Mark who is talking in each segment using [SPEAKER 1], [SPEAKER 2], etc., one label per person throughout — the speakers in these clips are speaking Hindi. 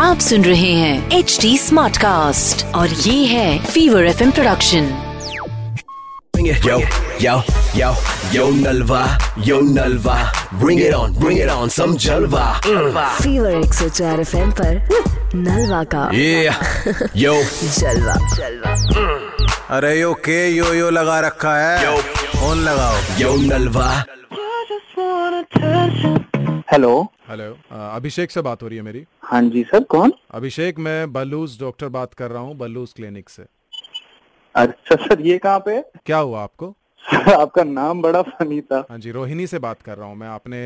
[SPEAKER 1] आप सुन रहे हैं एच डी स्मार्ट कास्ट और ये है Fever F production
[SPEAKER 2] Bring it. Yo, yo, yo, yo Nalva, yo Nalva. Bring it on, bring it on, some Jalva. Mm.
[SPEAKER 1] Fever एक सौ चार एफ एम नलवा का
[SPEAKER 2] Yeah, yo, Mm.
[SPEAKER 1] जलवा जलवा
[SPEAKER 3] अरे यो के यो यो लगा रखा है
[SPEAKER 2] Yo.
[SPEAKER 3] फोन लगाओ
[SPEAKER 2] yo Nalva.
[SPEAKER 4] हेलो
[SPEAKER 3] हेलो अ, अभिषेक से बात हो रही है मेरी
[SPEAKER 4] हाँ जी सर कौन
[SPEAKER 3] अभिषेक मैं बलूज डॉक्टर बात कर रहा हूँ बलूज क्लिनिक से
[SPEAKER 4] अच्छा सर ये कहाँ पे है?
[SPEAKER 3] क्या हुआ आपको
[SPEAKER 4] सर आपका नाम बड़ा फनी था
[SPEAKER 3] हाँ जी रोहिणी से बात कर रहा हूँ मैं आपने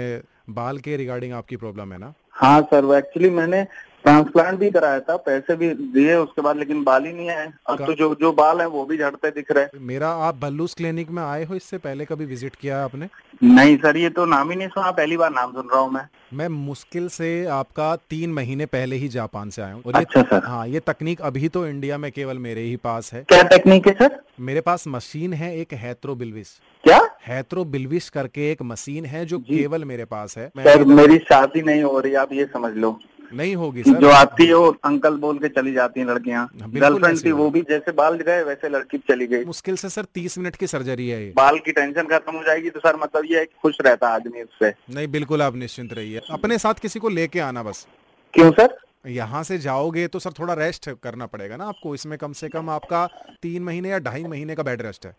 [SPEAKER 3] बाल के रिगार्डिंग आपकी प्रॉब्लम है ना
[SPEAKER 4] हाँ सर वो एक्चुअली मैंने ट्रांसप्लांट भी कराया था पैसे भी दिए उसके बाद लेकिन बाल ही नहीं आए अब तो जो जो बाल हैं वो भी झड़ते दिख रहे
[SPEAKER 3] मेरा आप बलूज क्लिनिक में आए हो इससे पहले कभी विजिट किया है आपने
[SPEAKER 4] हैं नहीं सर ये तो नाम ही नहीं सुना पहली बार नाम सुन रहा हूँ मैं
[SPEAKER 3] मैं मुश्किल से आपका तीन महीने पहले ही जापान से आया हूँ और ये
[SPEAKER 4] अच्छा सर।
[SPEAKER 3] हाँ ये तकनीक अभी तो इंडिया में केवल मेरे ही पास है
[SPEAKER 4] क्या टेक्निक है सर
[SPEAKER 3] मेरे पास मशीन है एक हैथ्रो बिल्विस
[SPEAKER 4] क्या
[SPEAKER 3] हैथ्रो बिल्विस करके एक मशीन है जो
[SPEAKER 4] जी।
[SPEAKER 3] केवल मेरे पास है मैं
[SPEAKER 4] सर मेरी शादी नहीं हो रही आप ये समझ लो
[SPEAKER 3] नहीं होगी
[SPEAKER 4] जो
[SPEAKER 3] सर हाँ,
[SPEAKER 4] आती है वो अंकल बोल के चली जाती हैं लड़कियाँ
[SPEAKER 3] बिल्कुल
[SPEAKER 4] गर्लफ्रेंड
[SPEAKER 3] ऐसी
[SPEAKER 4] थी
[SPEAKER 3] बात।
[SPEAKER 4] वो भी जैसे बाल गए वैसे लड़की चली गई
[SPEAKER 3] मुश्किल से सर तीस मिनट की सर्जरी है ये
[SPEAKER 4] बाल की टेंशन खत्म हो जाएगी तो सर मतलब ये है कि खुश रहता आदमी उससे
[SPEAKER 3] नहीं बिल्कुल आप निश्चिंत रहिए अपने साथ किसी को लेके आना बस
[SPEAKER 4] क्यों सर
[SPEAKER 3] यहाँ से जाओगे तो सर थोड़ा रेस्ट करना पड़ेगा ना आपको इसमें कम से कम आपका तीन महीने या ढाई महीने का बेड रेस्ट है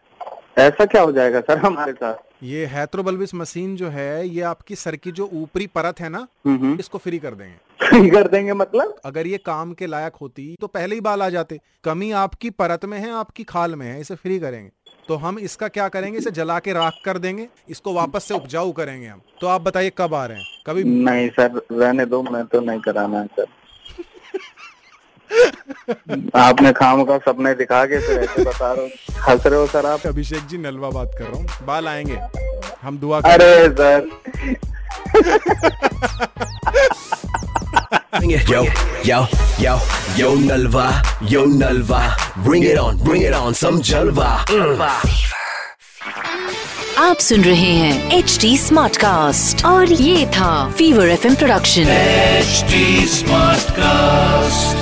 [SPEAKER 4] ऐसा क्या हो जाएगा सर हमारे साथ
[SPEAKER 3] ये हैथ्रोबल्विस मशीन जो है ये आपकी सर की जो ऊपरी परत है ना
[SPEAKER 4] हम्म
[SPEAKER 3] इसको फ्री कर देंगे
[SPEAKER 4] सही कर देंगे मतलब
[SPEAKER 3] अगर ये काम के लायक होती तो पहले ही बाल आ जाते कमी आपकी परत में है आपकी खाल में है इसे फ्री करेंगे तो हम इसका क्या करेंगे इसे जला के राख कर देंगे इसको वापस से उपजाऊ करेंगे हम तो आप बताइए कब आ रहे हैं कभी
[SPEAKER 4] नहीं सर रहने दो मैं तो नहीं कराना है सर आपने खाम का सपने दिखा के फिर ऐसे बता रहे हो हंस रहे हो सर आप
[SPEAKER 3] अभिषेक जी नलवा बात कर रहा हूँ बाल आएंगे हम दुआ
[SPEAKER 4] अरे sir
[SPEAKER 2] Bring it. Yo, yo, yo, yo Nalva, yo Nalva. Bring it on, bring it on, some Jalva. Mm.
[SPEAKER 1] आप सुन रहे हैं एच डी स्मार्ट कास्ट और ये था fever F production
[SPEAKER 2] HD Smartcast.